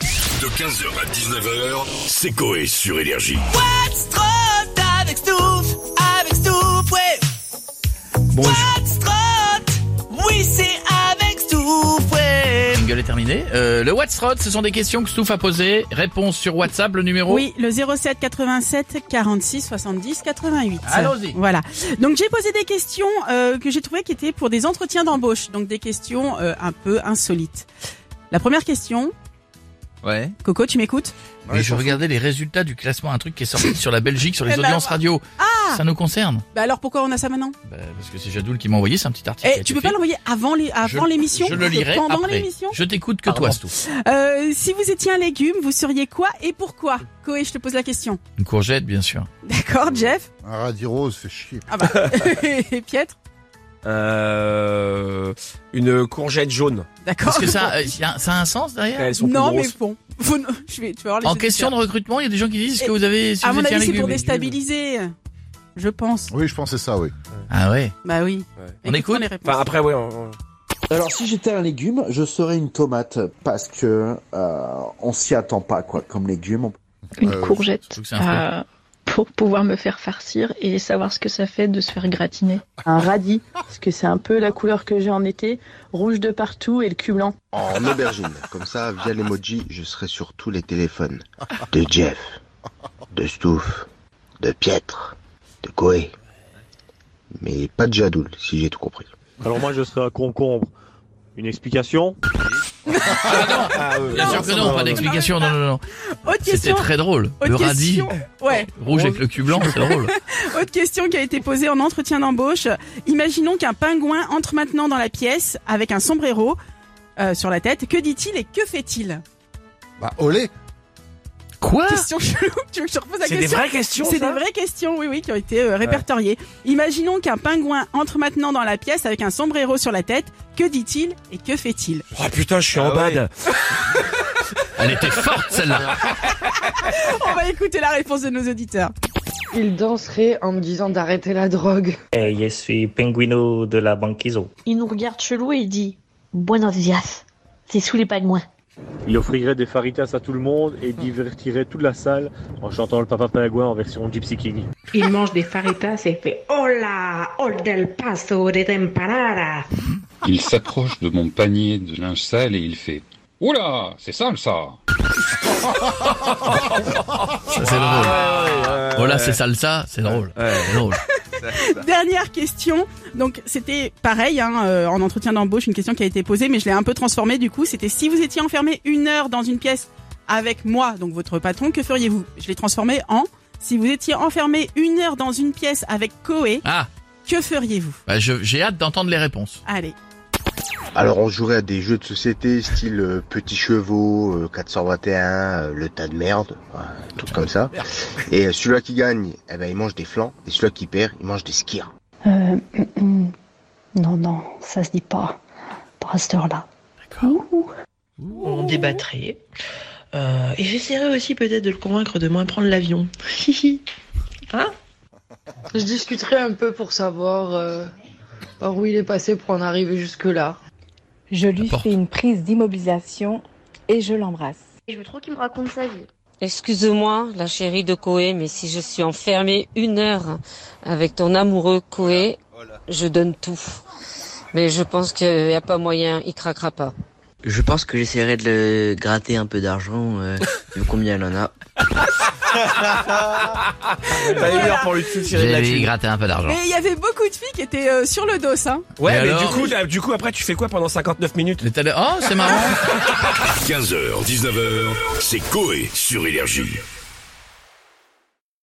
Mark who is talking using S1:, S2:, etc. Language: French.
S1: De 15h à 19h, c'est Coé sur Énergie.
S2: What's trot avec Stouff, avec Stouff, ouais.
S3: Bon, le
S2: What's trot, oui c'est avec Stouff, ouais.
S3: jingle est terminé. Euh, le What's Rod, ce sont des questions que Stouff a posées. Réponse sur WhatsApp, le numéro.
S4: Oui, le 07 87 46 70 88.
S3: Allons-y.
S4: Voilà. Donc j'ai posé des questions euh, que j'ai trouvées qui étaient pour des entretiens d'embauche, donc des questions euh, un peu insolites. La première question,
S3: Ouais.
S4: Coco, tu m'écoutes
S3: Mais je regardais les résultats du classement, un truc qui est sorti sur la Belgique, sur les
S4: Eh ben,
S3: audiences radio.
S4: Ah
S3: Ça nous concerne.
S4: Bah alors pourquoi on a ça maintenant
S3: Bah, parce que c'est Jadoul qui m'a envoyé, c'est un petit article. qui a
S4: Eh,
S3: été
S4: tu peux pas
S3: fait.
S4: l'envoyer avant les avant
S3: Je-
S4: l'émission
S3: Je le lirai
S4: Pendant
S3: après.
S4: l'émission
S3: Je t'écoute que toi, Stouff.
S4: Euh, Si vous étiez un légume, vous seriez quoi et pourquoi Coé, je te pose la question.
S3: Une courgette, bien sûr.
S4: D'accord, Jeff
S5: Un radis rose, fait chier.
S4: Ah bah. et Pietre
S6: Euh, une courgette jaune.
S4: D'accord.
S3: Est-ce que ça, euh, y a- ça a un sens derrière
S6: Elles sont plus
S4: non, mais
S6: grosses.
S4: bon. Faut- je vais, tu vas voir les
S3: En
S4: auditeurs.
S3: question de recrutement, il y a des gens qui disent est-ce que vous avez. si
S4: À
S3: vous
S4: mon
S3: étiez un
S4: avis, c'est pour
S3: légume
S4: déstabiliser. Je pense.
S5: Oui, je pensais ça, oui.
S3: Ah ouais.
S4: Bah oui.
S6: Ouais.
S3: On écoute
S4: les réponses.
S6: Enfin après ouais. on- on-
S7: Alors si j'étais un légume, je serais une tomate parce que euh, on s'y attend pas quoi comme légume. On-
S8: une
S5: Euh,
S3: Je
S8: courgette
S3: trouve que c'est un fruit.
S8: euh, pour pouvoir me faire farcir et savoir ce que ça fait de se faire gratiner.
S9: un radis, parce que c'est un peu la couleur que j'ai en été, rouge de partout et le cul blanc.
S10: en aubergine. Comme ça, via l'emoji, je serai sur tous les téléphones. De Jeff, de Stouff, de Pietre, de Koé. Mais pas de Jadoul, si j'ai tout compris.
S11: Alors moi je serais un concombre. Une explication
S6: Ah, ouais,
S3: Bien
S6: ouais,
S3: sûr que
S6: ça,
S3: non,
S6: va,
S3: pas
S6: ouais.
S3: d'explication. Non, non, non.
S4: Autre
S3: C'était
S4: question.
S3: très drôle.
S4: Autre
S3: Le radis
S4: question. Oh. Ouais.
S3: rouge avec le cul blanc, c'est drôle.
S4: Autre question qui a été posée en entretien d'embauche. Imaginons qu'un pingouin entre maintenant dans la pièce avec un sombrero euh, sur la tête. Que dit-il et que fait-il
S5: Bah, olé
S3: Quoi
S4: Question chelou. Tu veux que je te repose la
S6: C'est
S4: question
S6: des vraies questions.
S4: C'est
S6: ça
S4: des vraies questions, oui, oui, qui ont été euh, répertoriées. Imaginons qu'un pingouin entre maintenant dans la pièce avec un sombrero sur la tête. Que dit-il et que fait-il
S6: Oh putain, je suis en
S11: Ah ouais.
S6: bad.
S3: Elle était forte celle-là.
S4: On va écouter la réponse de nos auditeurs.
S9: Il danserait en me disant d'arrêter la drogue.
S11: je suis Pinguino de la Banquiso.
S12: Il nous regarde chelou et il dit Buenos dias, c'est sous les pingouins.
S11: Il offrirait des faritas à tout le monde et divertirait toute la salle en chantant le Papa Pingouin en version Gypsy King.
S9: Il mange des faritas et fait Hola, hol del paso de temparada.
S10: Il s'approche de mon panier de linge sale et il fait Oula, c'est sale ça
S3: Ça, c'est drôle.
S6: Ah
S3: Voilà, c'est salsa, c'est drôle. C'est drôle.
S4: Dernière question. Donc c'était pareil hein, euh, en entretien d'embauche, une question qui a été posée, mais je l'ai un peu transformée du coup. C'était si vous étiez enfermé une heure dans une pièce avec moi, donc votre patron, que feriez-vous Je l'ai transformé en si vous étiez enfermé une heure dans une pièce avec Koé,
S3: Ah,
S4: que feriez-vous
S3: bah, je- j'ai hâte d'entendre les réponses.
S4: Allez,
S10: Alors on jouerait à des jeux de société style euh, Petits Chevaux, euh, 421, euh, Le Tas de Merde, un truc comme ça. Et euh, celui-là qui gagne, eh ben, il mange des flancs, et celui-là qui perd, il mange des skirs.
S12: Euh, non, non, ça se dit pas. Pas à cette heure-là.
S2: On débattrait. Euh, et j'essaierai aussi peut-être de le convaincre de moins prendre l'avion.
S9: Je discuterai un peu pour savoir euh. par où il est passé pour en arriver jusque-là.
S8: Je lui
S3: Apporte.
S8: fais une prise d'immobilisation et je l'embrasse.
S12: Je veux trop qu'il me raconte sa vie.
S9: Excuse-moi, la chérie de Koé, mais si je suis enfermée une heure avec ton amoureux Koé, je donne tout. Mais je pense qu'il n'y a pas moyen, il craquera pas.
S2: Je pense que j'essaierai de le gratter un peu d'argent, euh, vu combien elle en a.
S6: T'as une heure pour lui tirer de la
S3: J'ai
S6: thune.
S3: gratter un peu d'argent.
S4: mais il y avait beaucoup de filles qui étaient euh, sur le dos, hein.
S6: Ouais,
S3: Et
S6: mais
S3: alors
S6: du coup, là, du coup, après, tu fais quoi pendant 59 minutes
S3: Mais t'as le- Oh, c'est marrant.
S1: 15h, 19h, c'est Coé sur Énergie.